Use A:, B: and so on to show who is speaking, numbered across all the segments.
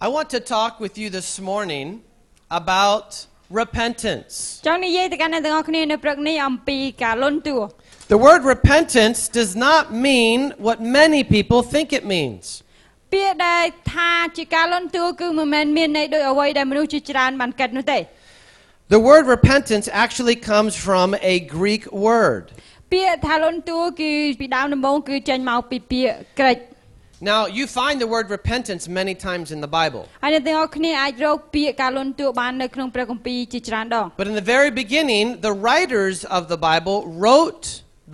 A: I want to talk with you this morning about repentance.
B: ចង់និយាយទៅកាន់អ្នកទាំងអស់គ្នានៅព្រឹកនេះអំពីការលន់តួ
A: The word repentance does not mean what many people think it means.
B: ពាក្យដែលថាជាការលន់តួគឺមិនមែនមានន័យដូចអ្វីដែលមនុស្សជាច្រើនបានគិតនោះទេ
A: The word repentance actually comes from a Greek word.
B: ពាក្យថាលន់តួគឺពីដើមដំបូងគឺចេញមកពីពាក្យក្រិច
A: Now, you find the word repentance many times in the Bible.
B: ហើយអ្នកទាំងអស់គ្នាអាចរកពាក្យការលន់តួបាននៅក្នុងព្រះគម្ពីរជាច្រើនដង
A: But in the very beginning, the writers of the Bible wrote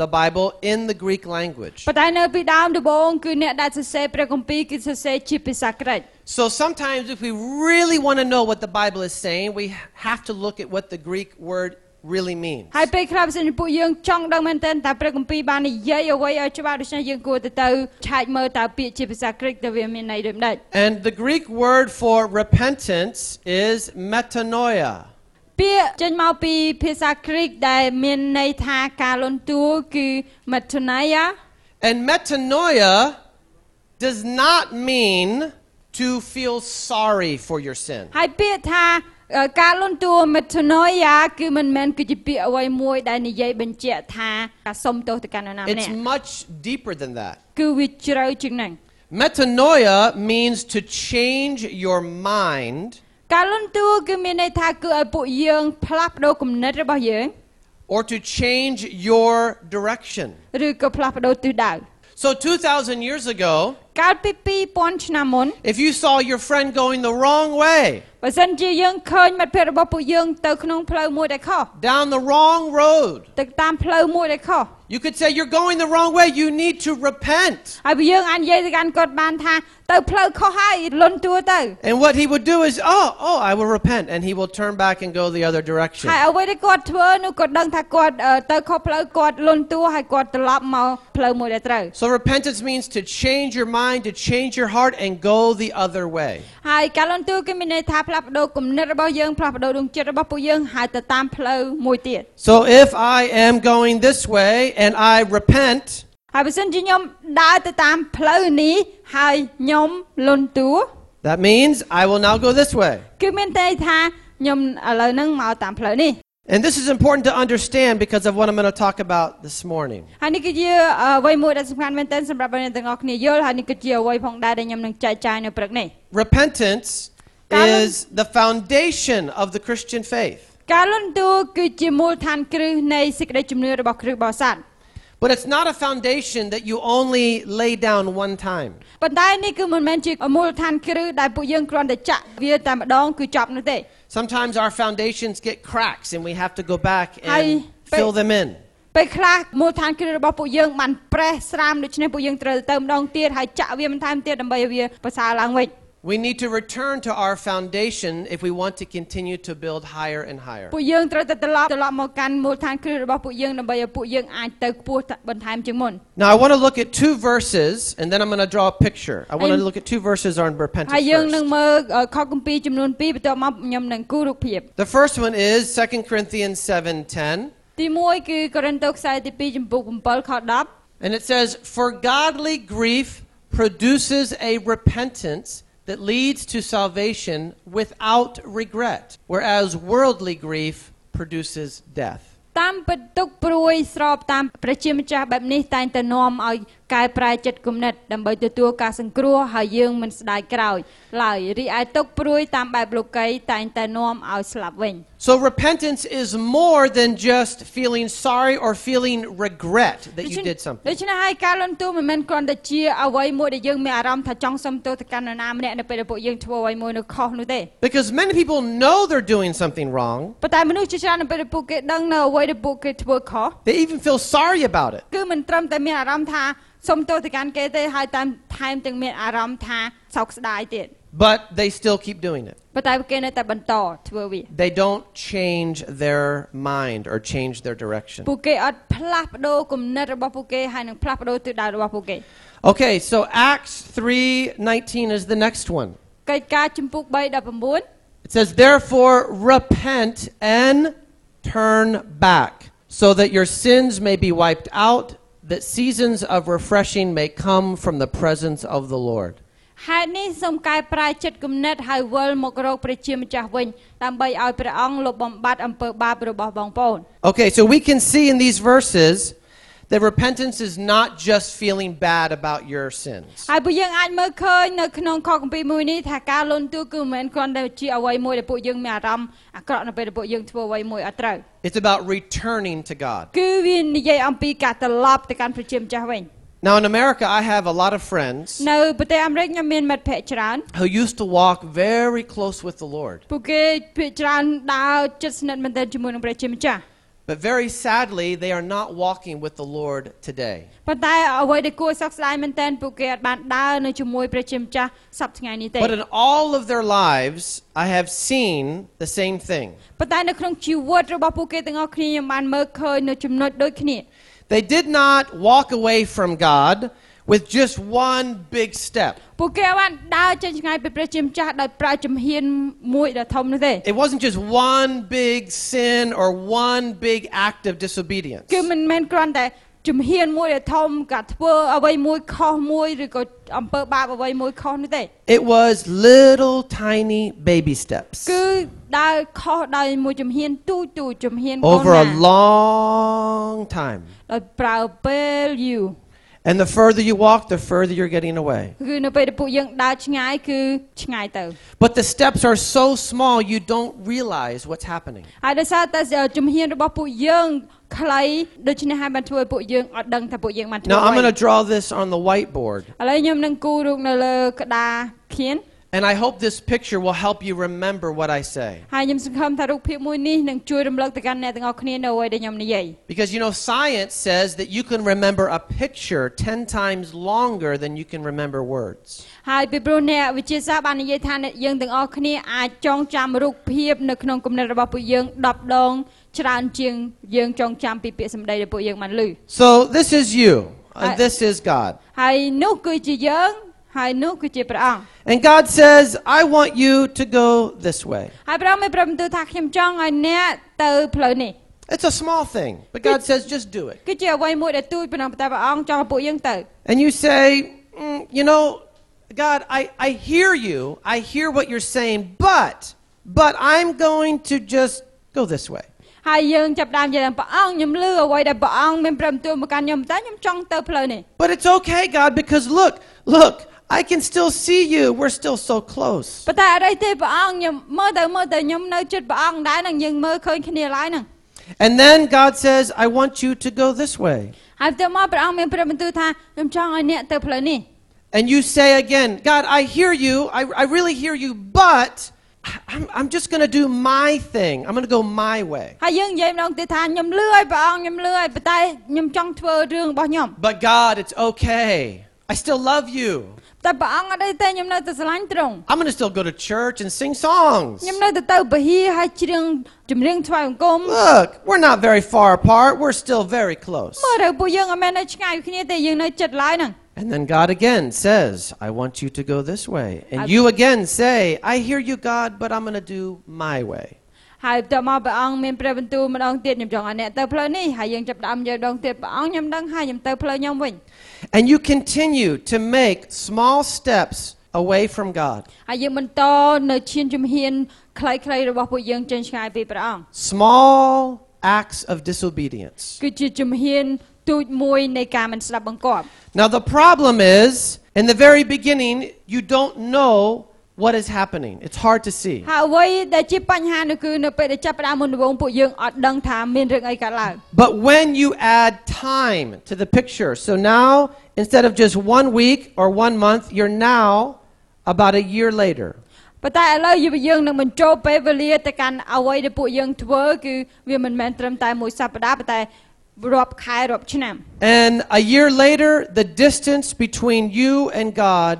A: the Bible in the Greek language.
B: ប៉ុន្តែនៅពីដើមដំបូងគឺអ្នកដែលសរសេរព្រះគម្ពីរគឺសរសេរជាភាសាក្រិច
A: So sometimes, if we really want to know what the Bible is saying, we have to look at what the Greek word really means.
B: ហើយពេលខ្លះបើសិនជាពួកយើងចង់ដឹងមែនទែនតើព្រះគម្ពីរបាននិយាយអ្វីឲ្យច្បាស់ដូច្នេះយើងគួរទៅទៅឆែកមើលតើពាក្យជាភាសាក្រិចតើវាមានន័យដូចម្ដេច
A: And the Greek word for repentance is metanoia.
B: ពាក្យចេញមកពីភាសាគ្រីកដែលមានន័យថាការលន់តួគឺ metanoia
A: And metanoia does not mean to feel sorry for your sin.
B: ហើយពាក្យថាអឺការលន់តួ metanoia គឺមិនមែនគឺជាពាក្យអ្វីមួយដែលនិយាយបញ្ជាក់ថាការសុំទោសទៅកាន់នរណាម្នាក់
A: It's much deeper than that.
B: គឺវាជ្រៅជាងហ្នឹង
A: Metanoia means to change your mind
B: ការលន់តួគឺមានន័យថាគឺឲ្យពួកយើងផ្លាស់ប្ដូរគំនិតរបស់យើង
A: or to change your direction.
B: ឬក៏ផ្លាស់ប្ដូរទិសដៅ
A: So 2000 years ago,
B: កាលពី2000ឆ្នាំមុន
A: if you saw your friend going the wrong way,
B: បើសិនជាយើងឃើញមិត្តភ័ក្តិរបស់ពួកយើងទៅក្នុងផ្លូវមួយដែលខុស
A: down the wrong road,
B: ទៅតាមផ្លូវមួយដែលខុស
A: you could say, You're going the wrong way. You need to repent.
B: ហើយបើយើងអាចនិយាយទៅកាន់គាត់បានថាទៅផ្លូវខុសហើយលន់តួទៅ
A: And what he would do is, oh, oh, I will repent, and he will turn back and go the other direction.
B: ហើយអ្វីដែលគាត់ធ្វើនោះគាត់ដឹងថាគាត់អឺទៅខុសផ្លូវគាត់លន់តួហើយគាត់ត្រឡប់មកផ្លូវមួយដែលត្រូវ
A: So repentance means to change your mind, to change your heart, and go the other way.
B: ហើយការលន់តួគឺមានន័យថាផ្លាស់ប្ដូរគំនិតរបស់យើងផ្លាស់ប្ដូរដួងចិត្តរបស់ពួកយើងហើយទៅតាមផ្លូវមួយទៀត
A: So if I am going this way and I repent,
B: ហើយបើសិនជាខ្ញុំដើរទៅតាមផ្លូវនេះហើយខ្ញុំលន់តួ
A: that means I will now go this way.
B: គឺមានន័យថាខ្ញុំឥឡូវហ្នឹងមកតាមផ្លូវនេះ
A: And this is important to understand because of what I'm going to talk about this morning.
B: ហើយនេះគឺជាអ្វីមួយដែលសំខាន់មែនទែនសម្រាប់អ្នកទាំងអស់គ្នាយល់ហើយនេះគឺជាអ្វីផងដែរដែលខ្ញុំនឹងចែកចាយនៅព្រឹកនេះ
A: Repentance
B: Darling.
A: is the foundation of the Christian faith,
B: ការលន់តួគឺជាមូលដ្ឋានគ្រឹះនៃសេចក្តីជំនឿរបស់គ្រិស្តបរិស័ទ
A: but it's not a foundation that you only lay down one time.
B: ប៉ុន្តែនេះគឺមិនមែនជាមូលដ្ឋានគ្រឹះដែលពួកយើងគ្រាន់តែចាក់វាតែម្ដងគឺចប់នោះទេ
A: Sometimes our foundations get cracks and we have to go back and
B: Ay, pe-
A: fill them in.
B: ពេលខ្លះមូលដ្ឋានគ្រឹះរបស់ពួកយើងបានប្រេះស្រាមដូច្នេះពួកយើងត្រូវទៅម្ដងទៀតហើយចាក់វាបន្ថែមទៀតដើម្បីឲ្យវាប្រសើរឡើងវិញ
A: We need to return to our foundation if we want to continue to build higher and higher.
B: ពួកយើងត្រូវតែត្រឡប់ត្រឡប់មកកាន់មូលដ្ឋានគ្រឹះរបស់ពួកយើងដើម្បីឲ្យពួកយើងអាចទៅខ្ពស់បន្ថែមជាងមុន
A: Now, I want to look at two verses and then I'm going to draw a picture. I want to
B: Ay-
A: look at two verses on
B: ហើយយើង
A: repentance.
B: នឹង
A: First.
B: មើលអឺខគម្ពីរចំនួន2បន្ទាប់មកខ្ញុំនឹងគូររូបភាព
A: The first one is 2 Corinthians 7:10,
B: ទី1គឺកូរិនថូសខ្សែទី2ចំពុក7ខ10
A: and it says, "For godly grief produces a repentance that leads to salvation without regret, whereas worldly grief produces death."
B: តាមពិតទុកព្រួយស្របតាមព្រះជាម្ចាស់បែបនេះតែងតែនាំឲ្យ កែប្រែចិត្តគំនិតដើម្បីទទួលការសង្គ្រោះហើយយើងមិនស្ដាយក្រោយឡើយរីឯទុកព្រួយតាមបែបលោកីតែងតែនាំឲ្យស្លាប់វិញ
A: So repentance is more than just feeling sorry or feeling regret that
B: ដូ
A: you
B: ច្នេះ
A: did something.
B: ដូច្នេះហើយការលន់ទូលមិនមែនគ្រាន់តែជាអ្វីមួយដែលយើងមានអារម្មណ៍ថាចង់សុំទោសទៅកាន់នរណាម្នាក់នៅពេលដែលពួកយើងធ្វើអ្វីមួយនោះខុសនោះទេ
A: Because many people know they're doing something wrong.
B: ប៉ុន្តែមនុស្សជាច្រើននៅពេលដែលពួកគេដឹងនៅអ្វីដែលពួកគេធ្វើខុស
A: They even feel sorry about it.
B: គឺមិនត្រឹមតែមានអារម្មណ៍ថាសុំទោសទៅកាន់គេទេហើយតែថែមទាំងមានអារម្មណ៍ថាសោកស្ដាយទៀត
A: But they still keep doing it.
B: ប៉ុន្តែគេនៅតែបន្តធ្វើវា
A: They don't change their mind or change their direction.
B: ពួកគេអត់ផ្លាស់ប្ដូរគំនិតរបស់ពួកគេហើយនឹងផ្លាស់ប្ដូរទិសដៅរបស់ពួកគេ
A: Okay, so Acts 3:19 is the next one.
B: កិច្ចការជំពូក3:19
A: It says, Therefore, repent and turn back, so that your sins may be wiped out, that seasons of refreshing may come from the presence of the Lord.
B: ហេតុនេះសូមកែប្រែចិត្តគំនិតហើយវិលមករកព្រះជាម្ចាស់វិញដើម្បីឲ្យព្រះអង្គលុបបំបាត់អំពើបាបរបស់បងប្អូន
A: Okay, so we can see in these verses that repentance is not just feeling bad about your sins.
B: ហើយពួកយើងអាចមើលឃើញនៅក្នុងខគម្ពីរមួយនេះថាការលន់ទូលគឺមិនមែនគ្រាន់តែជាអ្វីមួយដែលពួកយើងមានអារម្មណ៍អាក្រក់នៅពេលដែលពួកយើងធ្វើអ្វីមួយអត់ត្រូវ
A: It's about returning to God.
B: គឺវានិយាយអំពីការត្រឡប់ទៅកាន់ព្រះជាម្ចាស់វិញ
A: Now, in America, I have a lot of friends
B: នៅប្រទេសអាមេរិកខ្ញុំមានមិត្តភ័ក្តិច្រើន
A: who used to walk very close with the Lord.
B: ពួកគេភាគច្រើនដើរជិតស្និទ្ធមែនទែនជាមួយនឹងព្រះជាម្ចាស់
A: But very sadly, they are not walking with the Lord today.
B: ប៉ុន្តែអ្វីដែលគួរសោកស្ដាយមែនទែនពួកគេអត់បានដើរនៅជាមួយព្រះជាម្ចាស់សប្តាហ៍ថ្ងៃនេះទេ
A: But in all of their lives, I have seen the same thing.
B: ប៉ុន្តែនៅក្នុងជីវិតរបស់ពួកគេទាំងអស់គ្នាខ្ញុំបានមើលឃើញនៅចំណុចដូចគ្នា
A: They did not walk away from God with just one big step.
B: ពួកគេបានដើរចេញឆ្ងាយពីព្រះជាម្ចាស់ដោយប្រើជំហានមួយដ៏ធំនោះទេ
A: It wasn't just one big sin or one big act of disobedience.
B: គឺមិនមែនគ្រាន់តែជំហានមួយដ៏ធំក៏ធ្វើអ្វីមួយខុសមួយឬក៏អំពើបាបអ្វីមួយខុសនោះទេ
A: It was little tiny baby steps
B: គឺដើរខុសដោយមួយជំហានទូចទូចជំហានកូន
A: over
B: ណា
A: a long time.
B: ដោយប្រើពេលយូរ
A: And the further you walk, the further you're getting away.
B: គឺនៅពេលដែលពួកយើងដើរឆ្ងាយគឺឆ្ងាយទៅ
A: But the steps are so small you don't realize what's happening.
B: ហើយដោយសារតែជំហានរបស់ពួកយើងខ្លីដូច្នេះហើយបានធ្វើឲ្យពួកយើងអត់ដឹងថាពួកយើងបានធ្វើ
A: Now, I'm
B: អ្វីឥឡូ
A: going to draw this on the whiteboard.
B: វខ្ញុំនឹងគូររូបនៅលើក្តារខៀន
A: And I hope this picture will help you remember what I say.
B: ហើយខ្ញុំសង្ឃឹមថារូបភាពមួយនេះនឹងជួយរំលឹកទៅកាន់អ្នកទាំងអស់គ្នានៅអ្វីដែលខ្ញុំនិយាយ
A: Because you know, science says that you can remember a picture 10 times longer than you can remember words.
B: ហើយពីព្រោះអ្នកវិទ្យាសាស្ត្របាននិយាយថាអ្នកយើងទាំងអស់គ្នាអាចចងចាំរូបភាពនៅក្នុងគំនិតរបស់ពួកយើង10ដងច្រើនជាងយើងចងចាំពីពាក្យសម្ដីដែលពួកយើងបានឮ
A: So this is you, and
B: I-
A: this is God.
B: ហើយនោះគឺជាយើងហើយនោះគឺជាព្រះអង្គ
A: And God says, I want you to go this way.
B: ហើយព្រះអង្គមានប្រំទូលថាខ្ញុំចង់ឲ្យអ្នកទៅផ្លូវនេះ
A: It's a small thing, but God says, just do it.
B: គឺជាអ្វីមួយដែលទូចប៉ុណ្ណោះប៉ុន្តែព្រះអង្គចង់ឲ្យពួកយើងទៅ
A: And you say, "Mm, you know, God, I, I hear you. I hear what you're saying, but, but I'm going to just go this way.
B: ហើយយើងចាប់ផ្ដើមនិយាយថាព្រះអង្គខ្ញុំលឺអ្វីដែលព្រះអង្គមានប្រំទូលមកកាន់ខ្ញុំតែខ្ញុំចង់ទៅផ្លូវនេះ
A: But it's okay, God, because look, look, I can still see you. We're still so close.
B: ប៉ុន្តែអីទេព្រះអង្គខ្ញុំមើលទៅមើលទៅខ្ញុំនៅជិតព្រះអង្គដែរនឹងយើងមើលឃើញគ្នាឡើយហ្នឹង
A: And then God says, I want you to go this way.
B: ហើយទៅមកព្រះអង្គមានព្រះបន្ទូលថាខ្ញុំចង់ឲ្យអ្នកទៅផ្លូវនេះ
A: And you say again, God, I hear you. I, I really hear you, but I- I'm, I'm just going to do my thing. I'm going to go my way.
B: ហើយយើងនិយាយម្ដងទៀតថាខ្ញុំលឺឲ្យព្រះអង្គខ្ញុំលឺឲ្យប៉ុន្តែខ្ញុំចង់ធ្វើរឿងរបស់ខ្ញុំ
A: But God, it's okay. I still love you.
B: តែព្រះអង្គអត់អីទេខ្ញុំនៅតែស្រឡាញ់ទ្រង់
A: I'm going to still go to church and sing songs.
B: ខ្ញុំនៅតែទៅពហិហើយច្រៀងចម្រៀងថ្វាយបង្គំ
A: Look, we're not very far apart. We're still very close.
B: មើលទៅពួកយើងអត់មែននៅឆ្ងាយពីគ្នាទេយើងនៅជិតឡើយហ្នឹង
A: And then God again says, I want you to go this way. And you again say, I hear you, God, but I'm going to do my way.
B: ហើយទៅមកព្រះអង្គមានព្រះបន្ទូលម្ដងទៀតខ្ញុំចង់ឲ្យអ្នកទៅផ្លូវនេះហើយយើងចាប់ផ្ដើមនិយាយម្ដងទៀតព្រះអង្គខ្ញុំដឹងហើយខ្ញុំទៅផ្លូវខ្ញុំវិញ
A: And you continue to make small steps away from God.
B: ហើយយើងបន្តនៅឈានជំហានខ្លីៗរបស់ពួកយើងចេញឆ្ងាយពីព្រះអង្គ
A: Small acts of disobedience.
B: គឺជាជំហាន ទូចមួយនៃការមិនស្ដាប់បង្គាប់
A: Now, the problem is, in the very beginning, you don't know what is happening. It's hard to see.
B: ហើយអ្វីដែលជាបញ្ហានោះគឺនៅពេលដែលចាប់ផ្ដើមមុនដំបូងពួកយើងអត់ដឹងថាមានរឿងអីកើតឡើង
A: But when you add time to the picture, so now instead of just one week or one month, you're now about a year later.
B: ប៉ុន្តែឥឡូវយើងនឹងបញ្ចូលពេលវេលាទៅកាន់អ្វីដែលពួកយើងធ្វើគឺវាមិនមែនត្រឹមតែមួយសប្តាហ៍ប៉ុន្តែរាប់ខែរាប់ឆ្នាំ
A: And a year later, the distance between you and God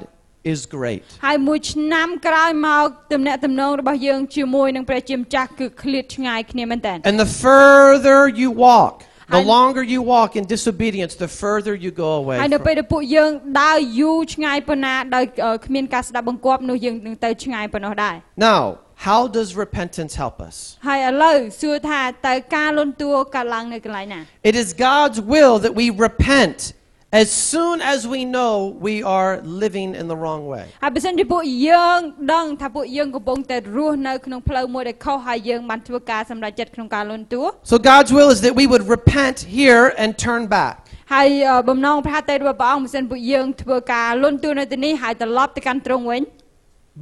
A: is great.
B: ហើយមួយឆ្នាំក្រោយមកទំនាក់ទំនងរបស់យើងជាមួយនឹងព្រះជាម្ចាស់គឺឃ្លាតឆ្ងាយគ្នាមែនតើ
A: And the further you walk, the
B: I'm-
A: longer you walk in disobedience, the further you go
B: ហើយ
A: away.
B: នៅ
A: from-
B: ពេលដែលពួកយើងដើរយូរឆ្ងាយប៉ុណ្ណាដោយអឺគ្មានការស្ដាប់បង្គាប់នោះយើងនឹងទៅឆ្ងាយប៉ុណ្ណោះដែរ
A: Now, how does repentance help us?
B: ហើយឥឡូវសួរថាតើការលន់តួកើតឡើងនៅកន្លែងណា
A: It is God's will that we repent as soon as we know we are living in the wrong way.
B: ហើយបើសិនជាពួកយើងដឹងថាពួកយើងកំពុងតែរស់នៅក្នុងផ្លូវមួយដែលខុសហើយយើងបានធ្វើការសម្រេចចិត្តក្នុងការលន់តួ
A: So God's will is that we would repent here and turn back.
B: ហើយអឺបំណងប្រាថ្នារបស់ព្រះអង្គបើសិនពួកយើងធ្វើការលន់តួនៅទីនេះហើយត្រឡប់ទៅកាន់ទ្រង់វិញ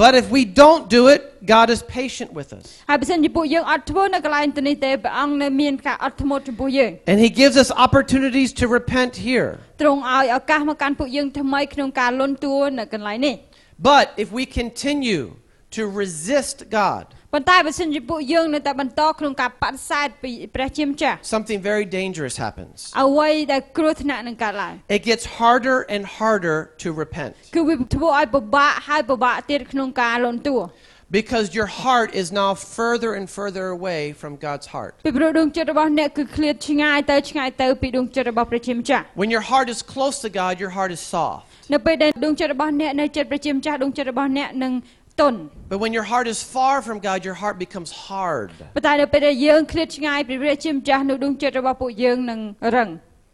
A: But if we don't do it, God is patient with us.
B: ហើយបើសិនជាពួកយើងអត់ធ្វើនៅកន្លែងទីនេះទេព្រះអង្គនៅមានការអត់ធ្មត់ចំពោះយើង
A: And He gives us opportunities to repent here.
B: ទ្រង់ឲ្យឱកាសមកកាន់ពួកយើងថ្មីក្នុងការលន់តួនៅកន្លែងនេះ
A: But if we continue to resist God,
B: ប៉ុន្តែបើសិនជាពួកយើងនៅតែបន្តក្នុងការបដិសេធពីព្រះជាម្ចាស់
A: something very dangerous happens.
B: អ្វីដែលគ្រោះថ្នាក់នឹងកើតឡើង
A: It gets harder and harder to repent
B: គឺវាធ្វើឲ្យពិបាកហើយពិបាកទៀតក្នុងការលន់តួ
A: because your heart is now further and further away from God's heart.
B: ពីព្រោះដួងចិត្តរបស់អ្នកគឺឃ្លាតឆ្ងាយទៅឆ្ងាយទៅពីដួងចិត្តរបស់ព្រះជាម្ចាស់
A: When your heart is close to God, your heart is soft.
B: នៅពេលដែលដួងចិត្តរបស់អ្នកនៅចិត្តព្រះជាម្ចាស់ដួងចិត្តរបស់អ្នកនឹងទន់
A: But when your heart is far from God, your heart becomes hard.
B: ប៉ុន្តែនៅពេលដែលយើងឃ្លាតឆ្ងាយពីព្រះជាម្ចាស់នៅដួងចិត្តរបស់ពួកយើងនឹងរឹង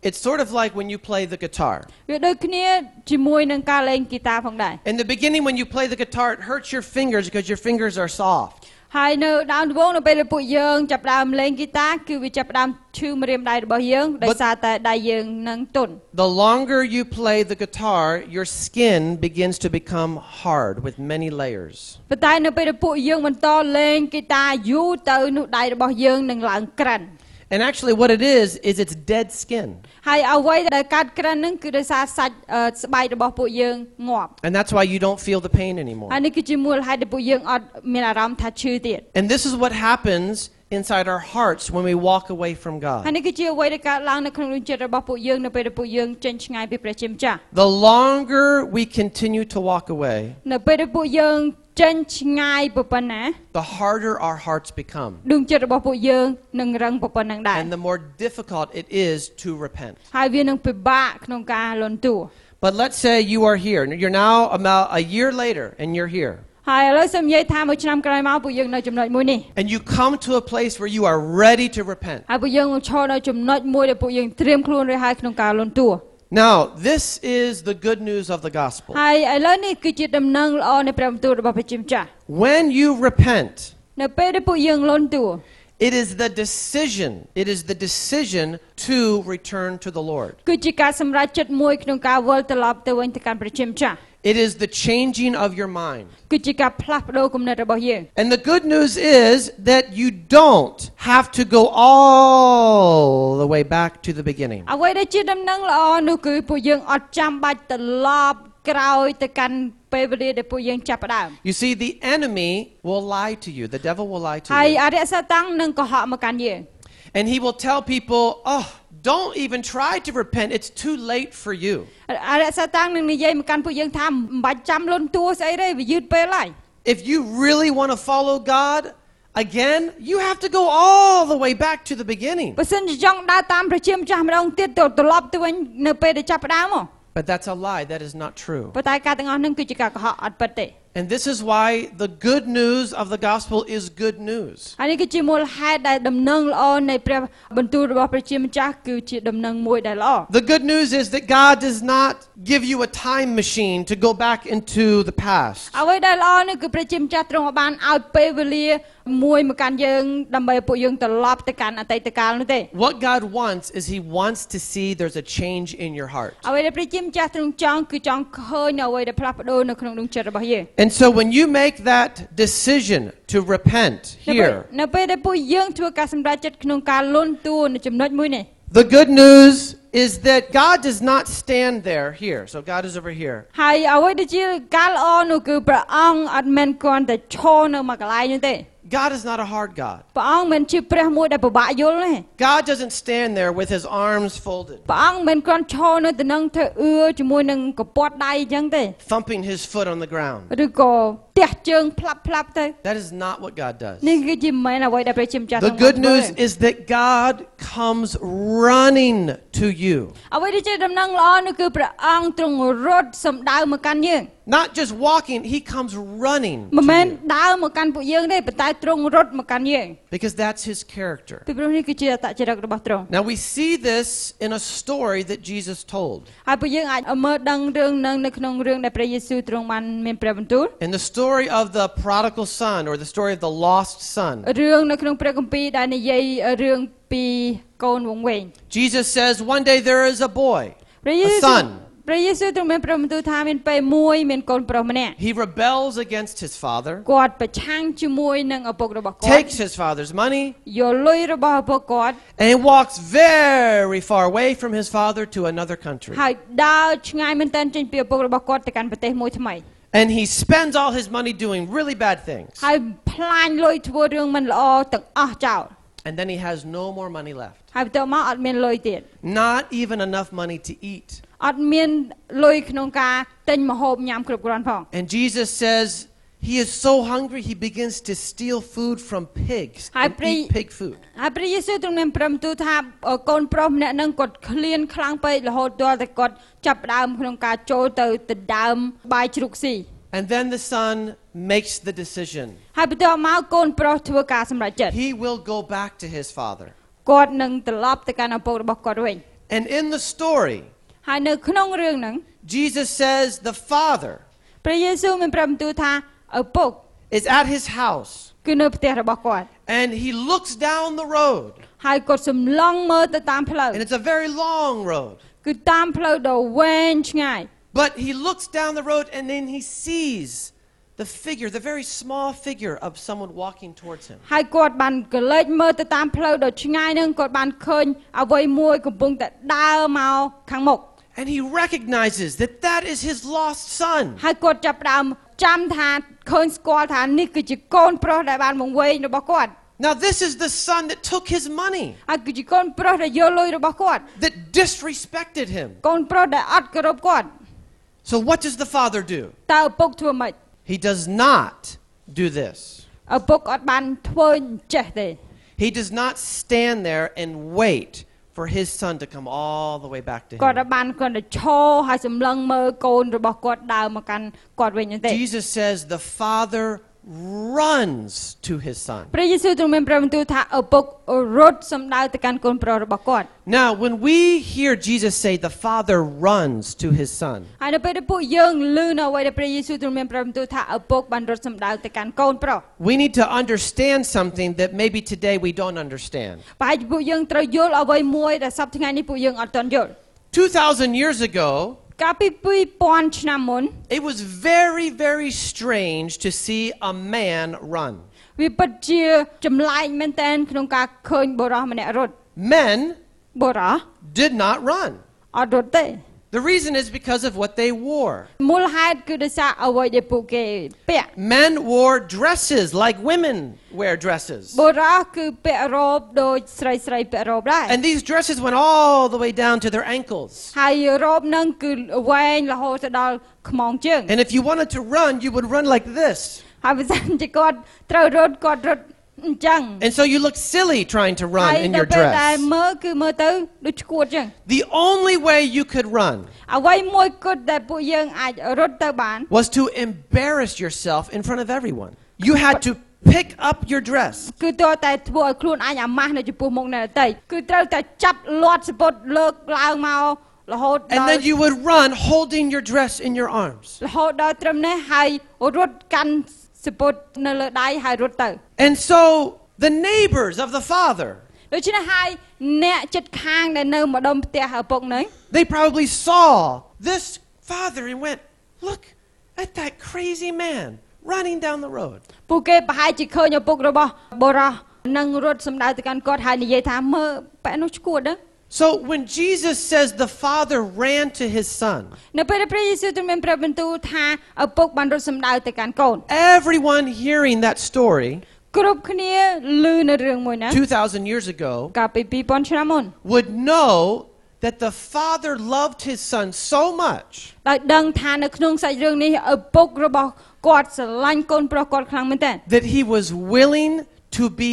A: It's sort of like when you play the guitar.
B: វាដូចគ្នាជាមួយនឹងការលេងហ្គីតាផងដែរ
A: In the beginning, when you play the guitar, it hurts your fingers because your fingers are soft.
B: ហើយនៅដើមដំបូងនៅពេលដែលពួកយើងចាប់ផ្ដើមលេងហ្គីតាគឺវាចាប់ផ្ដើមឈឺម្រាមដៃរបស់យើងដោយសារតែដៃយើងនឹងទន់
A: The longer you play the guitar, your skin begins to become hard with many layers.
B: ប៉ុន្តែនៅពេលដែលពួកយើងបន្តលេងហ្គីតាយូរទៅនោះដៃរបស់យើងនឹងឡើងក្រិន
A: And actually, what it is, is it's dead skin.
B: ហើយអ្វីដែលកើតក្រិនហ្នឹងគឺដោយសារសាច់អឺស្បែករបស់ពួកយើងងាប់
A: And that's why you don't feel the pain
B: ហើយ
A: anymore.
B: នេះគឺជាមូលហេតុដែលពួកយើងអត់មានអារម្មណ៍ថាឈឺទៀត
A: And this is what happens inside our hearts when we walk away from
B: ហើយ
A: God.
B: នេះគឺជាអ្វីដែលកើតឡើងនៅក្នុងរឿងចិត្តរបស់ពួកយើងនៅពេលដែលពួកយើងចេញឆ្ងាយពីព្រះជាម្ចាស់
A: The longer we continue to walk away,
B: នៅពេលដែលពួកយើងចេញឆ្ងាយពីប៉ុណ្ណា
A: the harder our hearts become
B: ដួងចិត្តរបស់ពួកយើងនឹងរឹងពីប៉ុណ្ណឹងដែរ
A: and the more difficult it is to repent.
B: ហើយវានឹងពិបាកក្នុងការលន់តួ
A: But let's say you are here. and You're now about a year later and you're here.
B: ហើយឥឡូវសូមនិយាយថាមួយឆ្នាំក្រោយមកពួកយើងនៅចំណុចមួយនេះ
A: And you come to a place where you are ready to repent.
B: ហើយពួកយើងមកឈរនៅចំណុចមួយដែលពួកយើងត្រៀមខ្លួនរួចហើយក្នុងការលន់តួ
A: Now, this is the good news of the gospel.
B: ហើយឥឡូវនេះគឺជាដំណឹងល្អនៃព្រះបន្ទូលរបស់ព្រះជាម្ចាស់
A: When you repent,
B: នៅពេលដែលពួកយើងលន់តួ
A: it is the decision, it is the decision to return to the Lord.
B: គឺជាការសម្រេចចិត្តមួយក្នុងការវិលត្រឡប់ទៅវិញទៅកាន់ព្រះជាម្ចាស់
A: It is the changing of your mind.
B: គឺជាការផ្លាស់ប្ដូរគំនិតរបស់យើង
A: And the good news is that you don't have to go all the way back to the beginning.
B: អ្វីដែលជាដំណឹងល្អនោះគឺពួកយើងអត់ចាំបាច់ត្រឡប់ក្រោយទៅកាន់ពេលវេលាដែលពួកយើងចាប់ផ្ដើម
A: You see, the enemy will lie to you, the devil will lie to
B: ហើយ
A: you.
B: អរិយសតាំងនឹងកុហកមកកាន់យើង
A: And he will tell people, oh, don't even try to repent. It's too late for you.
B: អរិយសតាំងនឹងនិយាយមកកាន់ពួកយើងថាមិនបាច់ចាំលន់តួស្អីទេវាយឺតពេលហើយ
A: If you really want to follow God again, you have to go all the way back to the beginning.
B: បើសិនជាចង់ដើរតាមព្រះជាម្ចាស់ម្ដងទៀតទៅត្រឡប់ទៅវិញនៅពេលដែលចាប់ផ្ដើមហ៎
A: But that's a lie. That is not true.
B: ប៉ុន្តែការទាំងអស់ហ្នឹងគឺជាការកុហកអត់ពិតទេ
A: And this is why the good news of the gospel is good news.
B: ហើយនេះគឺជាមូលហេតុដែលដំណឹងល្អនៃព្រះបន្ទូលរបស់ព្រះជាម្ចាស់គឺជាដំណឹងមួយដែលល្អ
A: The good news is that God does not give you a time machine to go back into the past.
B: អ្វីដែលល្អនេះគឺព្រះជាម្ចាស់ទ្រង់បានឲ្យពេលវេលាមួយមកកាន់យើងដើម្បីឲ្យពួកយើងត្រឡប់ទៅកាន់អតីតកាលនោះទេ
A: What God wants is He wants to see there's a change in your heart.
B: អ្វីដែលព្រះជាម្ចាស់ទ្រង់ចង់គឺចង់ឃើញនៅអ្វីដែលផ្លាស់ប្ដូរនៅក្នុងដួងចិត្តរបស់យើង
A: And so when you make that decision to repent
B: នៅពេល
A: here,
B: នៅពេលដែលពួកយើងធ្វើការសម្រេចចិត្តក្នុងការលន់តួនៅចំណុចមួយនេះ
A: the good news is that God does not stand there here. So God is over here.
B: ហើយអ្វីដែលជាការល្អនោះគឺព្រះអង្គអត់មែនគ្រាន់តែឈរនៅមួយកន្លែងនោះទេ
A: God is not a hard God.
B: ព្រះអង្គមិនជាព្រះមួយដែលពិបាកយល់ទេ
A: God doesn't stand there with his arms folded,
B: ព្រះអង្គមិនគ្រាន់ឈរនៅទៅនឹងធ្វើអឿជាមួយនឹងកពាត់ដៃអញ្ចឹងទេ
A: thumping his foot on the ground.
B: ឬក៏ផ្ទះជើងផ្លាប់ផ្លាប់ទៅ
A: That is not what God does.
B: នេះគឺជាមិនមែនអ្វីដែលព្រះជាម្ចាស់
A: The
B: ទ្រង់បាន
A: good
B: ធ្វើ
A: news
B: ទេ
A: is that God comes running to you,
B: អ្វីដែលជាដំណឹងល្អនោះគឺព្រះអង្គទ្រង់រត់សម្ដៅមកកាន់យើង
A: not just walking, he comes running.
B: មិនមែន
A: To you,
B: ដើរមកកាន់ពួកយើងទេប៉ុន្តែទ្រង់រត់មកកាន់យើង
A: because that's his character.
B: ពីព្រោះនេះគឺជាអត្តចរិតរបស់ទ្រង់
A: Now we see this in a story that Jesus told.
B: ហើយពួកយើងអាចមើលដឹងរឿងនឹងនៅក្នុងរឿងដែលព្រះយេស៊ូវទ្រង់បានមានព្រះបន្ទូល
A: In the story of the prodigal son or the story of the lost son,
B: រឿងនៅក្នុងព្រះគម្ពីរដែលនិយាយរឿងពីកូនវង្សវែង
A: Jesus says, One day there is a boy,
B: ព្រះយេ
A: a
B: ស៊ូវ
A: son.
B: ព្រះយេស៊ូវទ្រង់មានព្រះបន្ទូលថាមានពេលមួយមានកូនប្រុសម្នាក់
A: He rebels against his father,
B: គាត់ប្រឆាំងជាមួយនឹងឪពុករបស់គាត់
A: takes his father's money,
B: យកលុយរបស់ឪពុកគាត់
A: and walks very far away from his father to another country.
B: ហើយដើរឆ្ងាយមែនទែនចេញពីឪពុករបស់គាត់ទៅកាន់ប្រទេសមួយថ្មី
A: And he spends all his money doing really bad things.
B: ហើយផ្លាញលុយធ្វើរឿងមិនល្អទាំងអស់ចោល
A: And then he has no more money left,
B: ហើយបន្ទាប់មកអត់មានលុយទៀត
A: not even enough money to eat.
B: អត់មានលុយក្នុងការទិញម្ហូបញ៉ាំគ្រប់គ្រាន់ផង
A: And Jesus says, he is so hungry, he begins to steal food from pigs
B: I
A: and
B: pray-
A: eat pig food.
B: ហើយព្រះយេស៊ូវទ្រង់មានប្រំទូលថាអឺកូនប្រុសម្នាក់ហ្នឹងគាត់ឃ្លានខ្លាំងពេករហូតដល់តែគាត់ចាប់ផ្ដើមក្នុងការចូលទៅដណ្ដើមបាយជ្រូកស៊ី
A: And then the son makes the decision.
B: ហើយបន្ទាប់មកកូនប្រុសធ្វើការសម្រេចចិត្ត
A: He will go back to his father.
B: គាត់នឹងត្រឡប់ទៅកាន់ឪពុករបស់គាត់វិញ
A: And in the story,
B: ហើយនៅក្នុងរឿងហ្នឹង
A: Jesus says the father
B: ព្រះយេស៊ូវមានប្រំទូលថាឪពុក
A: is at his house
B: គឺនៅផ្ទះរបស់គាត់
A: and he looks down the road.
B: ហើយគាត់សម្លឹងមើលទៅតាមផ្លូវ
A: And it's a very long road.
B: គឺតាមផ្លូវដ៏វែងឆ្ងាយ
A: But he looks down the road and then he sees the figure, the very small figure of someone walking towards him.
B: ហើយគាត់បានកលេចមើលទៅតាមផ្លូវដ៏ឆ្ងាយហ្នឹងគាត់បានឃើញអ្វីមួយកំពុងតែដើរមកខាងមុខ
A: And he recognizes that that is his lost son.
B: ហើយគាត់ចាប់ផ្ដើមចាំថាឃើញស្គាល់ថានេះគឺជាកូនប្រុសដែលបានបង្វែងរបស់គាត់
A: Now, this is the son that took his money,
B: ហើយគឺជាកូនប្រុសដែលយកលុយរបស់គាត់
A: that disrespected him.
B: កូនប្រុសដែលអត់គោរពគាត់
A: So, what does the father do?
B: តើឪពុកធ្វើម៉េច
A: He does not do this.
B: ឪពុកអត់បានធ្វើអញ្ចេះទេ
A: He does not stand there and wait for his son to come all the way back to
B: គាត់អត់
A: him.
B: បានគាត់ទៅឈរហើយសម្លឹងមើលកូនរបស់គាត់ដើរមកកាន់គាត់វិញទេ
A: Jesus says the father runs to his son.
B: ព្រះយេស៊ូវទ្រង់មានព្រះបន្ទូលថាឪពុករត់សំដៅទៅកាន់កូនប្រុសរបស់គាត់
A: Now, when we hear Jesus say the Father runs to his Son,
B: ហើយនៅពេលដែលពួកយើងឮនៅអ្វីដែលព្រះយេស៊ូវទ្រង់មានព្រះបន្ទូលថាឪពុកបានរត់សំដៅទៅកាន់កូនប្រុស
A: we need to understand something that maybe today we don't understand.
B: ប្រហែលជាពួកយើងត្រូវយល់អ្វីមួយដែលសប្តាហ៍ថ្ងៃនេះពួកយើងអត់ទាន់យល់
A: 2,000 years ago,
B: កាលពី2000ឆ្នាំមុន
A: it was very, very strange to see a man run.
B: វាពិតជាចម្លែកមែនទែនក្នុងការឃើញបុរសម្នាក់រត់
A: Men
B: បុរស
A: did not run.
B: អត់រត់ទេ
A: The reason is because of what they wore.
B: មូលហេតុគឺដោយសារអ្វីដែលពួកគេពាក់
A: Men wore dresses like women wear dresses.
B: បុរសគឺពាក់រ៉ូបដោយស្រីស្រីៗពាក់រ៉ូបដែរ
A: And these dresses went all the way down to their ankles.
B: ហើយរ៉ូបហ្នឹងគឺវែងរហូតទៅដល់ខ្មងជើង
A: And if you wanted to run, you would run like this.
B: ហើយបើសិនជាគាត់ត្រូវរត់គាត់រត់ អញ្ចឹង
A: And so you look silly trying to
B: ហើ
A: run
B: យ
A: in
B: ដល់
A: your
B: ពេលដែល
A: dress.
B: មើលគឺមើលទៅដូចឈួតអញ្ចឹង
A: The only way you could run
B: អ្វីមួយគត់ដែលពួកយើងអាចរត់ទៅបាន
A: was to embarrass yourself in front of everyone. You had to pick up your dress.
B: គឺទោះតែធ្វើឲ្យខ្លួនឯងអាម៉ាស់នៅចំពោះមុខអ្នកដទៃគឺត្រូវតែចាប់លាត់សពតលើកឡើងមករហូតដ
A: And
B: ល់
A: then you would run holding your dress in your arms.
B: រហូតដល់ត្រឹមនេះហើយរត់កាន់សពតនៅលើដៃហើយរត់ទៅ
A: And so the neighbors of the father,
B: ដូច្នេះហើយអ្នកចិត្តខាងដែលនៅម្ដុំផ្ទះឪពុកហ្នឹង
A: they probably saw this father and went, Look at that crazy man running down the road.
B: ពួកគេប្រហែលជាឃើញឪពុករបស់បរោះនឹងរត់សម្ដៅទៅកាន់គាត់ហើយនិយាយថាមើលប៉ែនោះឈួតណា
A: So when Jesus says the father ran to his son,
B: នៅពេលដែលព្រះយេស៊ូវទ្រង់មានប្រាប់បន្ទូលថាឪពុកបានរត់សម្ដៅទៅកាន់កូន
A: everyone hearing that story
B: គ្រប់គ្នាឮនៅរឿងមួយណា
A: 2,000 years ago
B: កាលពី2000ឆ្នាំមុន
A: would know that the father loved his son so much
B: ដោយដឹងថានៅក្នុងសាច់រឿងនេះឪពុករបស់គាត់ស្រឡាញ់កូនប្រុសគាត់ខ្លាំងមែនទែន
A: that he was willing to be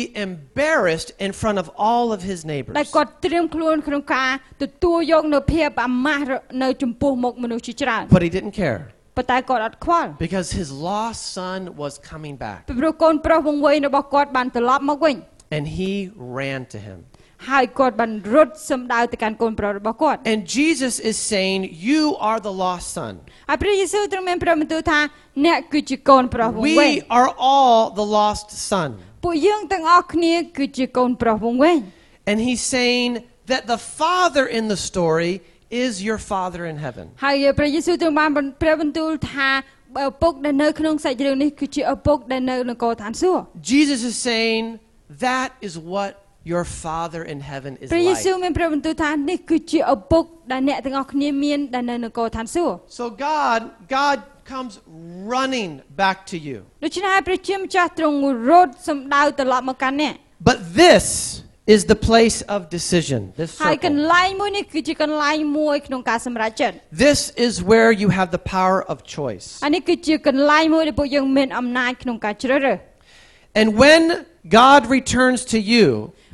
A: embarrassed in front of all of his
B: ដែល
A: neighbors.
B: គាត់ត្រៀមខ្លួនក្នុងការទទួលយកនៅភាពអាម៉ាស់នៅចំពោះមុខមនុស្សជាច្រើន
A: But he didn't care
B: ប៉ុន្តែគាត់អត់ខ្វល់
A: because his lost son was coming back
B: ពីព្រោះកូនប្រុសវង្វេងរបស់គាត់បានត្រឡប់មកវិញ
A: and he ran to him.
B: ហើយគាត់បានរត់សម្ដៅទៅកាន់កូនប្រុសរបស់គាត់
A: And Jesus is saying, You are the lost son.
B: ហើយព្រះយេស៊ូវទ្រង់មានប្រាប់បន្ទូលថាអ្នកគឺជាកូនប្រុសវង្វេង
A: We are all the lost son.
B: ពួកយើងទាំងអស់គ្នាគឺជាកូនប្រុសវង្វេង
A: And he's saying that the father in the story is your father in heaven.
B: ហើយព្រះយេស៊ូវទ្រង់បានព្រះបន្ទូលថាឪពុកដែលនៅក្នុងសាច់រឿងនេះគឺជាឪពុកដែលនៅនគរឋានសួគ៌
A: Jesus is saying that is what your father in heaven is
B: ព្រះយេស៊ូវ
A: like.
B: មានព្រះបន្ទូលថានេះគឺជាឪពុកដែលអ្នកទាំងអស់គ្នាមានដែលនៅនគរឋានសួគ៌
A: So God, God comes running back to you.
B: ដូច្នេះហើយព្រះជាម្ចាស់ទ្រង់រត់សម្ដៅត្រឡប់មកកាន់អ្នក
A: But this is the place of decision. This
B: ហើយក
A: circle.
B: ន្លែងមួយនេះគឺជាកន្លែងមួយក្នុងការសម្រេចចិត្ត
A: This is where you have the power of choice.
B: អានេះគឺជាកន្លែងមួយដែលពួកយើងមានអំណាចក្នុងការជ្រើសរើស
A: And when God returns to you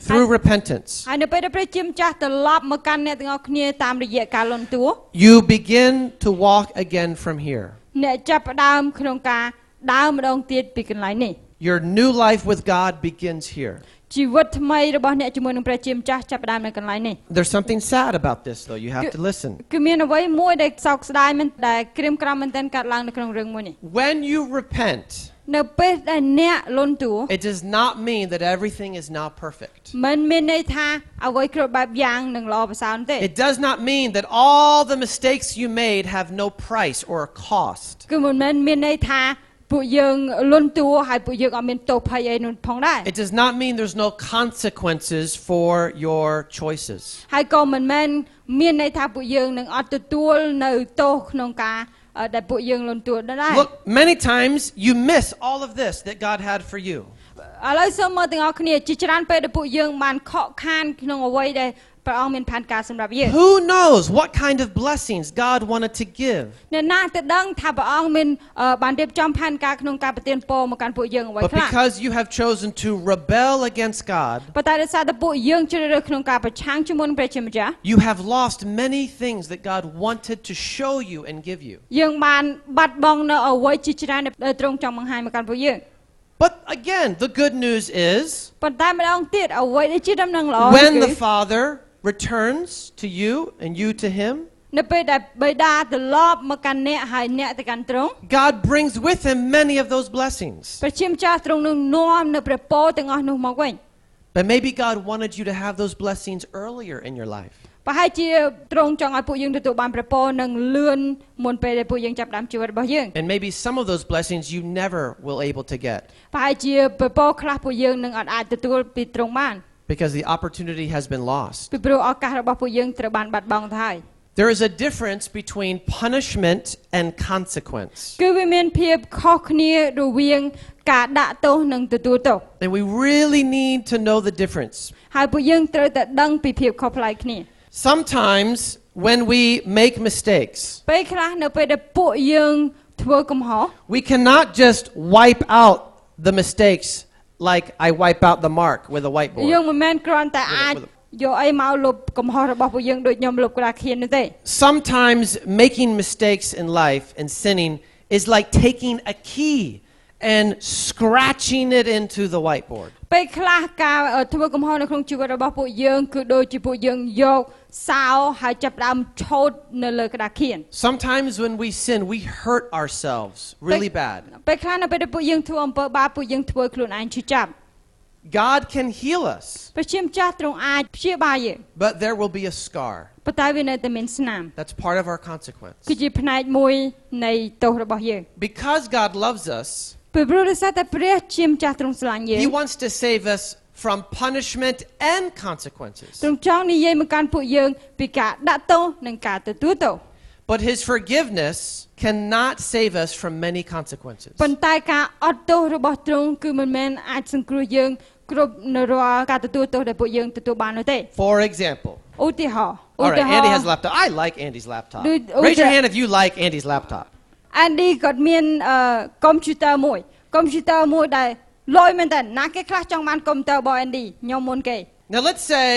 A: through repentance,
B: ហើយនៅពេលដែលព្រះជាម្ចាស់ត្រឡប់មកកាន់អ្នកទាំងអស់គ្នាតាមរយៈការលន់តួ
A: you begin to walk again from here.
B: អ្នកចាប់ផ្ដើមក្នុងការដើរម្ដងទៀតពីកន្លែងនេះ
A: Your new life with God begins here.
B: ជីវិតថ្មីរបស់អ្នកជាមួយនឹងព្រះជាម្ចាស់ចាប់ផ្ដើមនៅកន្លែងនេះ
A: There's something sad about this, though. You have
B: Good.
A: to listen.
B: គឺមានអ្វីមួយដែលសោកស្ដាយមែនដែលក្រៀមក្រំមែនទែនកើតឡើងនៅក្នុងរឿងមួយនេះ
A: When you repent,
B: នៅពេលដែលអ្នកលន់តួ
A: it does not mean that everything is now perfect.
B: មិនមានន័យថាអ្វីគ្រប់បែបយ៉ាងនឹងល្អប្រសើរនោះទេ
A: It does not mean that all the mistakes you made have no price or a cost.
B: គឺមិនមែនមានន័យថាពួកយើងលន់តួហើយពួកយើងអត់មានទោសភ័យអីនោះផងដែរ
A: It does not mean there's no consequences for your choices.
B: ហើយក៏មិនមែនមានន័យថាពួកយើងនឹងអត់ទទួលនៅទោសក្នុងការអឺដែលពួកយើងលន់តួដដែល
A: Look, many times you miss all of this that God had for you.
B: ឥឡូវសូមមើលទាំងអស់គ្នាជាច្រើនពេលដែលពួកយើងបានខកខានក្នុងអ្វីដែលព្រះអង្គមានផែនការសម្រាប់យើង
A: Who knows what kind of blessings God wanted to give?
B: អ្នកណាទៅដឹងថាព្រះអង្គមានអឺបានរៀបចំផែនការក្នុងការប្រទានពរមកកាន់ពួកយើងអ្វី
A: But
B: ខ្លះ
A: because you have chosen to rebel against God,
B: ប៉ុន្តែដោយសារតែពួកយើងជ្រើសរើសក្នុងការប្រឆាំងជាមួយនឹងព្រះជាម្ចាស់
A: You have lost many things that God wanted to show you and give you.
B: យើងបានបាត់បង់នៅអ្វីជាច្រើនដែលទ្រង់ចង់បង្ហាញមកកាន់ពួកយើង
A: But again, the good news is
B: ប៉ុន្តែម្ដងទៀតអ្វីដែលជាដំណឹងល្អគឺ
A: when the Father returns to you and you to Him,
B: នៅពេលដែលបិតាត្រឡប់មកកាន់អ្នកហើយអ្នកទៅកាន់ទ្រង់
A: God brings with Him many of those blessings.
B: ព្រះជាម្ចាស់ទ្រង់នឹងនាំនៅព្រះពរទាំងអស់នោះមកវិញ
A: But maybe God wanted you to have those blessings earlier in your life.
B: ប្រហែលជាទ្រង់ចង់ឲ្យពួកយើងទទួលបានព្រះពរនិងលឿនមុនពេលដែលពួកយើងចាប់ផ្ដើមជីវិតរបស់យើង
A: And maybe some of those blessings you never will able to get
B: ប្រហែលជាព្រះពរខ្លះពួកយើងនឹងអត់អាចទទួលពីទ្រង់បាន
A: because the opportunity has been lost.
B: ពីព្រោះឱកាសរបស់ពួកយើងត្រូវបានបាត់បង់ទៅហើយ
A: There is a difference between punishment and consequence.
B: គឺវាមានភាពខុសគ្នារវាងការដាក់ទោសនិងទទួលទោស
A: And we really need to know the difference
B: ហើយពួកយើងត្រូវតែដឹងពីភាពខុសប្លែកគ្នា
A: Sometimes when we make mistakes,
B: ពេលខ្លះនៅពេលដែលពួកយើងធ្វើកំហុស
A: we cannot just wipe out the mistakes like I wipe out the mark with a
B: យើង
A: whiteboard.
B: មិនមែនគ្រាន់តែអាចយកអីមកលុបកំហុសរបស់ពួកយើងដូចខ្ញុំលុបក្តារខៀននោះទេ
A: Sometimes making mistakes in life and sinning is like taking a key and scratching it into the whiteboard.
B: ពេលខ្លះការអឺធ្វើកំហុសនៅក្នុងជីវិតរបស់ពួកយើងគឺដូចជាពួកយើងយកសោហើយចាប់ផ្ដើមឆូតនៅលើក្តារខៀន
A: Sometimes when we sin, we hurt ourselves really bad.
B: ពេលខ្លះនៅពេលដែលពួកយើងធ្វើអំពើបាបពួកយើងធ្វើខ្លួនឯងឈឺចាប់
A: God can heal us,
B: ព្រះជាម្ចាស់ទ្រង់អាចព្យាបាលយើង
A: but there will be a scar.
B: ប៉ុន្តែវានៅតែមានស្នាម
A: That's part of our consequence.
B: គឺជាផ្នែកមួយនៃទោសរបស់យើង
A: Because God loves us,
B: ពេលព្រោះដោយសារតែព្រះជាម្ចាស់ទ្រង់ស្រឡាញ់យើង
A: He wants to save us from punishment and consequences.
B: ទ្រង់ចង់និយាយមកកាន់ពួកយើងពីការដាក់ទោសនិងការទទួលទោស
A: But His forgiveness cannot save us from many consequences.
B: ប៉ុន្តែការអត់ទោសរបស់ទ្រង់គឺមិនមែនអាចសង្គ្រោះយើងគ្រប់នៅរាល់ការទទួលទោសដែលពួកយើងទទួលបាននោះទេ
A: For example,
B: ឧទាហរណ៍ឧ
A: all right,
B: ទាហរ
A: Andy has
B: ណ៍
A: a laptop. I like Andy's laptop.
B: Dude,
A: Raise your
B: okay.
A: hand if you like Andy's laptop.
B: អានឌីគាត់មានកុំព្យូទ័រមួយកុំព្យូទ័រមួយដែលលុយមែនតើណាគេខ្លះចង់បានកុំព្យូទ័ររបស់អានឌីខ្ញុំមុនគេ
A: Now let's say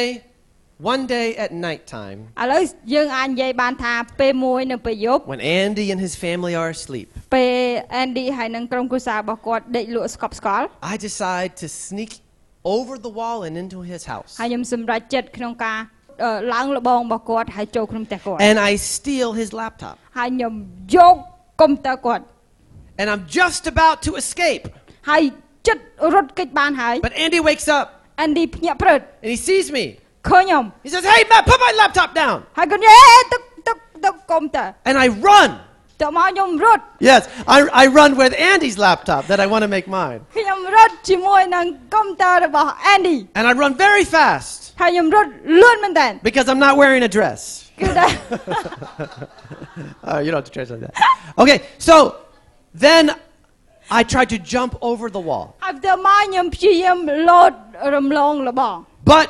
A: one day at nighttime,
B: ឥឡូវយើងអាចនិយាយបានថាពេលមួយនៅពេលយប់
A: when Andy and his family are asleep,
B: ពេលអានឌីហើយនឹងក្រុមគ្រួសាររបស់គាត់ដេកលក់ស្កប់ស្កល់
A: I decide to sneak over the wall and into his house.
B: ហើយខ្ញុំសម្រេចចិត្តក្នុងការអឺឡើងលបងរបស់គាត់ហើយចូលក្នុងផ្ទះគាត់
A: And I steal his laptop.
B: ហើយខ្ញុំយកកុំព្យូទ័រគាត់
A: And I'm just about to escape.
B: ហើយចិត្តរត់គេចបានហើយ
A: But Andy wakes up
B: អានឌីភ្ញាក់ព្រឹត
A: and he sees me.
B: ឃើញខ្ញុំ
A: He says, Hey, Matt, put my laptop down.
B: ហើយគាត់និយាយអេទឹកទឹកទឹកកុំព្យូទ័រ
A: And I run.
B: តើមកខ្ញុំរត់
A: Yes, I, I run with Andy's laptop that I want to make mine.
B: ខ្ញុំរត់ជាមួយនឹងកុំព្យូទ័ររបស់ Andy
A: And I run very fast
B: ហើយខ្ញុំរត់លឿនមែនតើ
A: because I'm not wearing a dress.
B: គឺថា
A: Uh, you don't have to translate that. Okay, so then I try to jump over the wall,
B: ហើយតើមកខ្ញុំព្យាយាមលោតរំលងលបង
A: but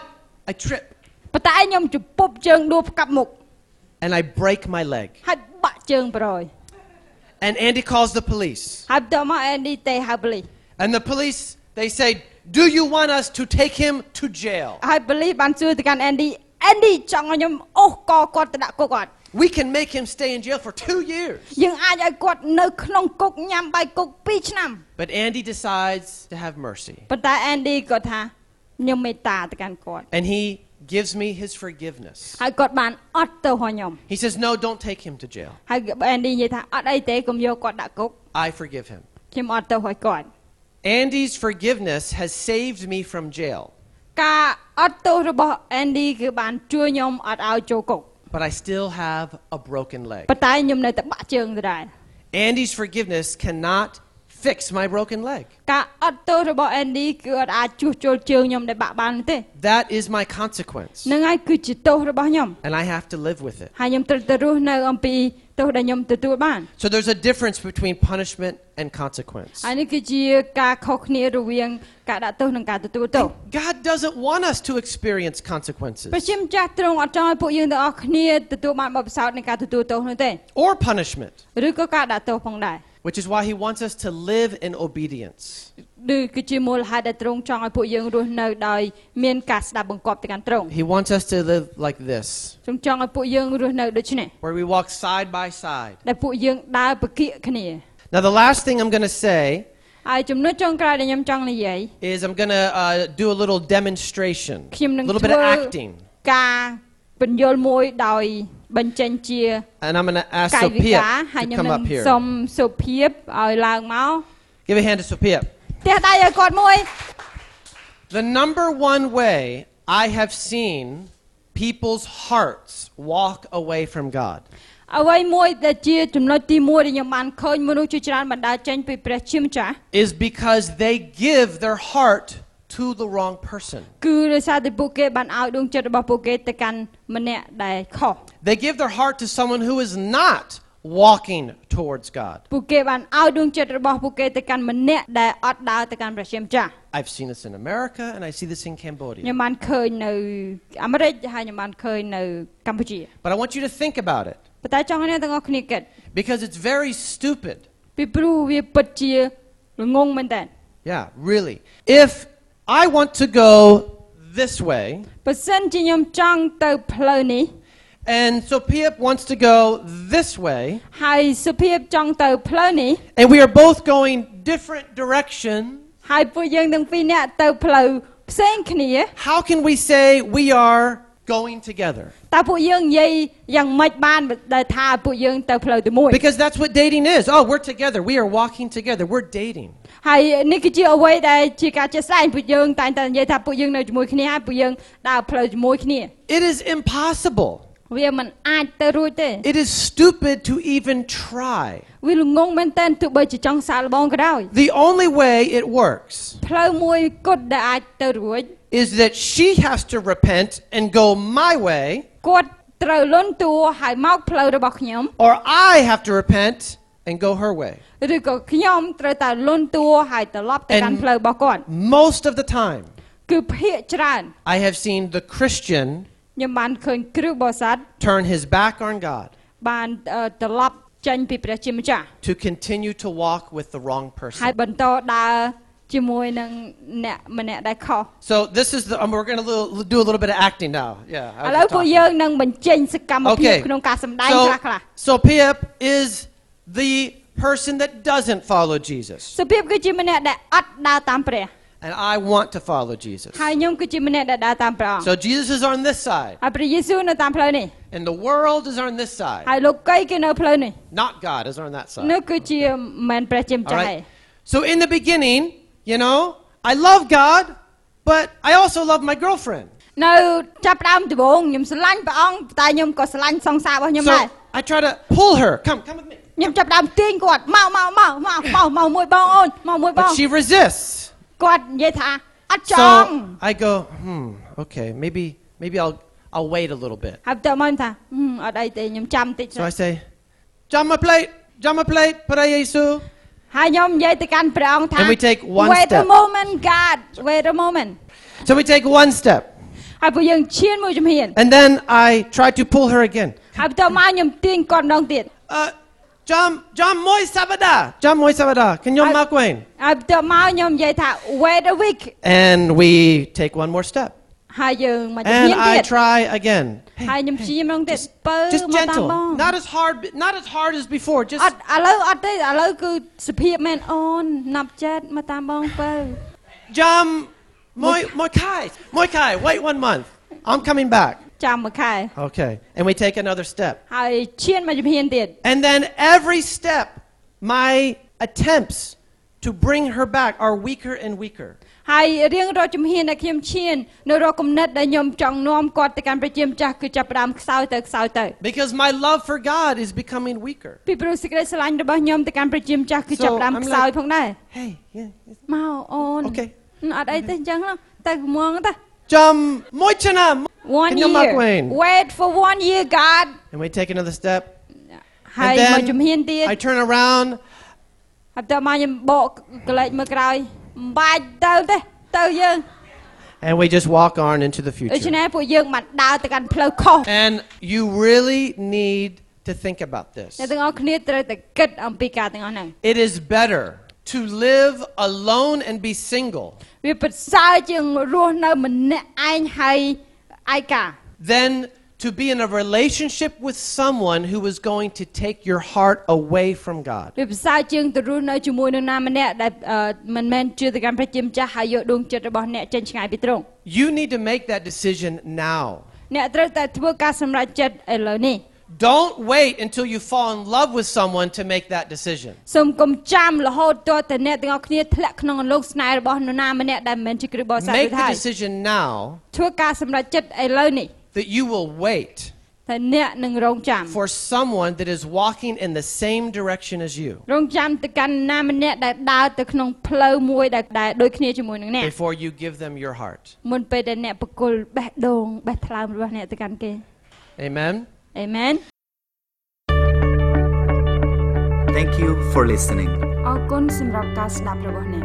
A: I trip
B: ប៉ុន្តែខ្ញុំជពប់ជើងដួលផ្កាប់មុខ
A: and I break my leg.
B: ហើយបាក់ជើងប្រយ
A: And Andy calls the police.
B: ហើយតើមក Andy ទេហៅប៉ូលីស
A: And the police, they say, Do you want us to take him to jail?
B: ហើយប៉ូលីសបានសួរទៅកាន់ Andy Andy ចង់ឲ្យខ្ញុំអូសកគាត់ទៅដាក់គុកគាត់
A: We can make him stay in jail for two years.
B: យើងអាចឲ្យគាត់នៅក្នុងគុកញ៉ាំបាយគុក2ឆ្នាំ
A: But Andy decides to have mercy.
B: ប៉ុន្តែ Andy គាត់ថាខ្ញុំមេត្តាទៅកាន់គាត់
A: And he gives me his forgiveness.
B: ហើយគាត់បានអត់ទៅហោះខ្ញុំ
A: He says, No, don't take him to jail.
B: ហើយ Andy និយាយថាអត់អីទេកុំយកគាត់ដាក់គុក
A: I forgive him.
B: ខ្ញុំអត់ទៅហោះគាត់
A: Andy's forgiveness has saved me from jail,
B: ការអត់ទោសរបស់ Andy គឺបានជួយខ្ញុំអត់ឲ្យចូលគុក
A: but I still have a broken leg.
B: ប៉ុន្តែខ្ញុំនៅតែបាក់ជើងដដែល
A: Andy's forgiveness cannot fix my broken leg.
B: ការអត់ទោសរបស់ Andy គឺអត់អាចជួសជុលជើងខ្ញុំដែលបាក់បាននោះទេ
A: That is my consequence,
B: ហ្នឹងហើយគឺជាទោសរបស់ខ្ញុំ
A: and I have to live with it.
B: ហើយខ្ញុំត្រូវទៅរស់នៅអំពីទោសដែលខ្ញុំទទួលបាន
A: So there's a difference between punishment and consequence.
B: ហើយនេះគឺជាការខុសគ្នារវាងការដាក់ទោសនិងការទទួលទោស
A: God doesn't want us to experience
B: ព្រះ
A: consequences
B: ជាម្ចាស់ទ្រង់អត់ចង់ឲ្យពួកយើងទាំងអស់គ្នាទទួលបានបទពិសោធន៍នៃការទទួលទោសនោះទេ
A: or punishment,
B: ឬក៏ការដាក់ទោសផងដែរ
A: which is why He wants us to live in obedience.
B: ឬគឺជាមូលហេតុដែលទ្រង់ចង់ឲ្យពួកយើងរស់នៅដោយមានការស្ដាប់បង្គាប់ទៅកាន់ទ្រង់
A: He wants us to live like this,
B: ទ្រង់ចង់ឲ្យពួកយើងរស់នៅដូចនេះ
A: where we walk side by side.
B: ដែលពួកយើងដើរប្រគិកគ្នា
A: Now, the last thing I'm going to say
B: ហើយចំណុចចុងក្រោយដែលខ្ញុំចង់និយាយ
A: is I'm going to uh, do a little demonstration, a
B: ខ្ញុំនឹង
A: little
B: ធ្វើ
A: bit of acting.
B: ការបញ្យលមួយដោយបញ្ចេញជា
A: And I'm going to ask
B: កាយវិការ
A: Sophia
B: ហើយ
A: to
B: ខ្ញុំ
A: come
B: នឹ
A: up
B: ងសុំ
A: here.
B: សុភាពឲ្យឡើងមក
A: Give a hand to Sophia.
B: ផ្ទះដៃឲ្យគាត់មួយ
A: The number one way I have seen people's hearts walk away from God
B: អ្វីមួយដែលជាចំណុចទី1ដែលខ្ញុំបានឃើញមនុស្សជាច្រើនបណ្ដាចេញពីព្រះជាម្ចាស់
A: is because they give their heart to the wrong person.
B: គឺដោយសារតែពួកគេបានឲ្យដួងចិត្តរបស់ពួកគេទៅកាន់ម្នាក់ដែលខុស
A: They give their heart to someone who is not walking towards God.
B: ពួកគេបានឲ្យដួងចិត្តរបស់ពួកគេទៅកាន់ម្នាក់ដែលអត់ដើរទៅកាន់ព្រះជាម្ចាស់
A: I've seen this in America and I see this in Cambodia.
B: ខ្ញុំបានឃើញនៅអាមេរិកហើយខ្ញុំបានឃើញនៅកម្ពុជា
A: But I want you to think about it
B: ប៉ុន្តែចង់ឲ្យអ្នកទាំងអស់គ្នាគិត
A: because it's very stupid
B: ពីព្រោះវាពិតជាល្ងងមែនតើ
A: Yeah, really. If I want to go this way,
B: បើសិនជាខ្ញុំចង់ទៅផ្លូវនេះ
A: and Sophia wants to go this way,
B: ហើយសុភាពចង់ទៅផ្លូវនេះ
A: and we are both going different direction,
B: ហើយពួកយើងទាំងពីរនាក់ទៅផ្លូវផ្សេងគ្នា
A: how can we say we are going together?
B: តើពួកយើងនិយាយយ៉ាងម៉េចបានដែលថាពួកយើងទៅផ្លូវទីមួយ
A: Because that's what dating is. Oh, we're together. We are walking together. We're dating.
B: ហើយនេះគឺជាអ្វីដែលជាការជាក់ស្ដែងពួកយើងតែងតែនិយាយថាពួកយើងនៅជាមួយគ្នាហើយពួកយើងដើរផ្លូវជាមួយគ្នា
A: It is impossible.
B: វាមិនអាចទៅរួចទេ
A: It is stupid to even try.
B: វាល្ងងមែនតើទោះបីជាចង់សាកល្បងក៏ដោយ
A: The only way it works
B: ផ្លូវមួយគត់ដែលអាចទៅរួច
A: is that she has to repent and go my way,
B: គាត់ត្រូវលន់តួហើយមកផ្លូវរបស់ខ្ញុំ
A: or I have to repent and go her way.
B: ឬក៏ខ្ញុំត្រូវតែលន់តួហើយត្រឡប់ទៅកាន់
A: And-
B: ផ្លូវរបស់គាត់
A: Most of the time,
B: គឺភាកច្រើន
A: I have seen the Christian
B: ខ្ញុំបានឃើញគ្រឹះបរិស័ទ
A: turn his back on God
B: បានអឺត្រឡប់ចេញពីព្រះជាម្ចាស់
A: to continue to walk with the wrong
B: ហើយ
A: person.
B: បន្តដើរជាមួយនឹងអ្នកម្នាក់ដែលខុស
A: So this is the um, we're going to do a little bit of acting now. Yeah.
B: ឥ
A: I was
B: ឡូវ
A: just
B: ពួក
A: talking.
B: យើងនឹងបញ្ចេញសកម្មភាព
A: Okay.
B: ក្នុងការសម្ដែងខ្លះខ្លះ
A: so Pip is the person that doesn't follow Jesus,
B: សុភាពគឺជាម្នាក់ដែលអត់ដើរតាមព្រះ
A: and I want to follow Jesus.
B: ហើយខ្ញុំគឺជាម្នាក់ដែលដើរតាមព្រះអង្គ
A: So Jesus is on this side,
B: ហើយព្រះយេស៊ូវនៅតាមផ្លូវនេះ
A: and the world is on this side.
B: ហើយលោកីគេនៅផ្លូវនេះ
A: Not God is on that
B: នោះ
A: side.
B: គឺជាមិនព្រះជា
A: All
B: ម្ចាស់ឯ
A: right.
B: ង
A: So in the beginning, you know, I love God, but I also love my girlfriend.
B: នៅចាប់ផ្ដើមដំបូងខ្ញុំស្រឡាញ់ព្រះអង្គតែខ្ញុំក៏ស្រឡាញ់សង្សាររបស់ខ្ញុំដែរ
A: So I try to pull her. Come, come with me.
B: ខ្ញុំចាប់ផ្ដើមទាញគាត់មកមកមកមកមកមកមួយបងអូនមកមួយបង
A: But she resists.
B: គាត់និយាយថាអត់ចង់
A: So I go, hmm, okay, maybe, maybe I'll, I'll wait a little bit.
B: ហើយបន្តមកថាហឹមអត់អីទេខ្ញុំចាំតិច
A: So I say, jump my plate, jump my plate, para Yesu.
B: ហើយខ្ញុំនិយាយទៅកាន់ព្រះអង្គថា
A: And we take one
B: Wait a
A: step.
B: moment God wait a moment
A: So we take one step,
B: ហើយពួកយើងឈានមួយជំហាន
A: and then I try to pull her again.
B: ហើយបន្តមកខ្ញុំទាញគាត់ម្ដងទៀត
A: Uh, jump, jump, moy sabada, jump, moy sabada. Can you
B: I-
A: mark Wayne?
B: ហើយបន្តមកខ្ញុំនិយាយថា wait a week
A: And we take one more step,
B: ហើយយើងមកជំហាន
A: and
B: ទៀ
A: I
B: ត
A: try again.
B: ហើយខ្ញុំព្យាយាមម្ដងទៀតបើមក
A: Just
B: តាម
A: gentle,
B: បង
A: not as hard, not as hard as before.
B: អ
A: Just
B: ត់ឥឡូវអត់ទេឥឡូវគឺសុភាពមែនអូនណាប់ចិត្តមកតាមបងបើ
A: jump, moy, moy kai, moy kai. Wait one month. I'm coming back.
B: ចាំមួយខែ
A: Okay, and we take another step.
B: ហើយឈានមកជំហានទៀត
A: And then every step, my attempts to bring her back are weaker and weaker.
B: ហើយរៀងរាល់ជំហានដែលខ្ញុំឈាននៅរាល់គំនិតដែលខ្ញុំចង់នាំគាត់ទៅកាន់ព្រះជាម្ចាស់គឺចាប់ផ្ដើមខ្សោយទៅខ្សោយទៅ
A: Because my love for God is becoming weaker.
B: ពីព្រោះសេចក្តីស្រឡាញ់របស់ខ្ញុំទៅកាន់ព្រះជាម្ចាស់គឺ
A: So,
B: ចាប់ផ្ដើម
A: I'm
B: ខ្សោយ
A: like-
B: ផងដែរ
A: Hey, yeah. yeah.
B: មកអូន
A: Okay.
B: អត់អីទេអញ្ចឹងណាទៅមងទៅ
A: Jum, moichana. mo-
B: one
A: Can you
B: year
A: mark Wayne?
B: wait for one year god
A: And we take another step.
B: ហើយ
A: And
B: មកជំហាន
A: then
B: ទៀត
A: I turn around
B: អត់តើមកខ្ញុំបកក្លែកមើលក្រោយមិនបាច់ទៅទេទៅយើង
A: and we just walk on into the
B: ដូច្នេះ
A: future.
B: ពួកយើងមកដើរទៅកាន់ផ្លូវខុស
A: And you really need to think about this.
B: អ្នកទាំងអស់គ្នាត្រូវតែគិតអំពីការទាំងអស់ហ្នឹង
A: It is better to live alone and be single
B: វាពិតសើជាងរស់នៅម្នាក់ឯងហើយឯកា
A: than to be in a relationship with someone who is going to take your heart away from God.
B: វាពិតសើជាងទៅរស់នៅជាមួយនរណាម្នាក់ដែលអឺមិនមែនជឿទៅកាន់ព្រះជាម្ចាស់ហើយយកដួងចិត្តរបស់អ្នកចេញឆ្ងាយពីទ្រង់
A: You need to make that decision now.
B: អ្នកត្រូវតែធ្វើការសម្រេចចិត្តឥឡូវនេះ
A: Don't wait until you fall in love with someone to make that decision.
B: សូមកុំចាំរហូតទាល់តែអ្នកទាំងអស់គ្នាធ្លាក់ក្នុងអន្លូកស្នេហ៍របស់នរណាម្នាក់ដែលមិនមែនជាគ្រឹះបរិស័ទ
A: Make
B: រួច
A: the
B: ហើយ
A: decision now
B: ធ្វើការសម្រេចចិត្តឥឡូវនេះ
A: that you will wait
B: តែអ្នកនឹងរងចាំ
A: for someone that is walking in the same direction as you
B: រងចាំទៅកាន់នរណាម្នាក់ដែលដើរទៅក្នុងផ្លូវមួយដែលដែលដូចគ្នាជាមួយនឹងអ្នក
A: before you give them your heart.
B: មុនពេលដែលអ្នកបកគលបេះដូងបេះថ្លើមរបស់អ្នកទៅកាន់គេ
A: Amen.
B: អេមែន
C: Thank you for listening.
D: អរគុណសម្រាប់ការស្ដាប់របស់អ្នក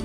B: ខ្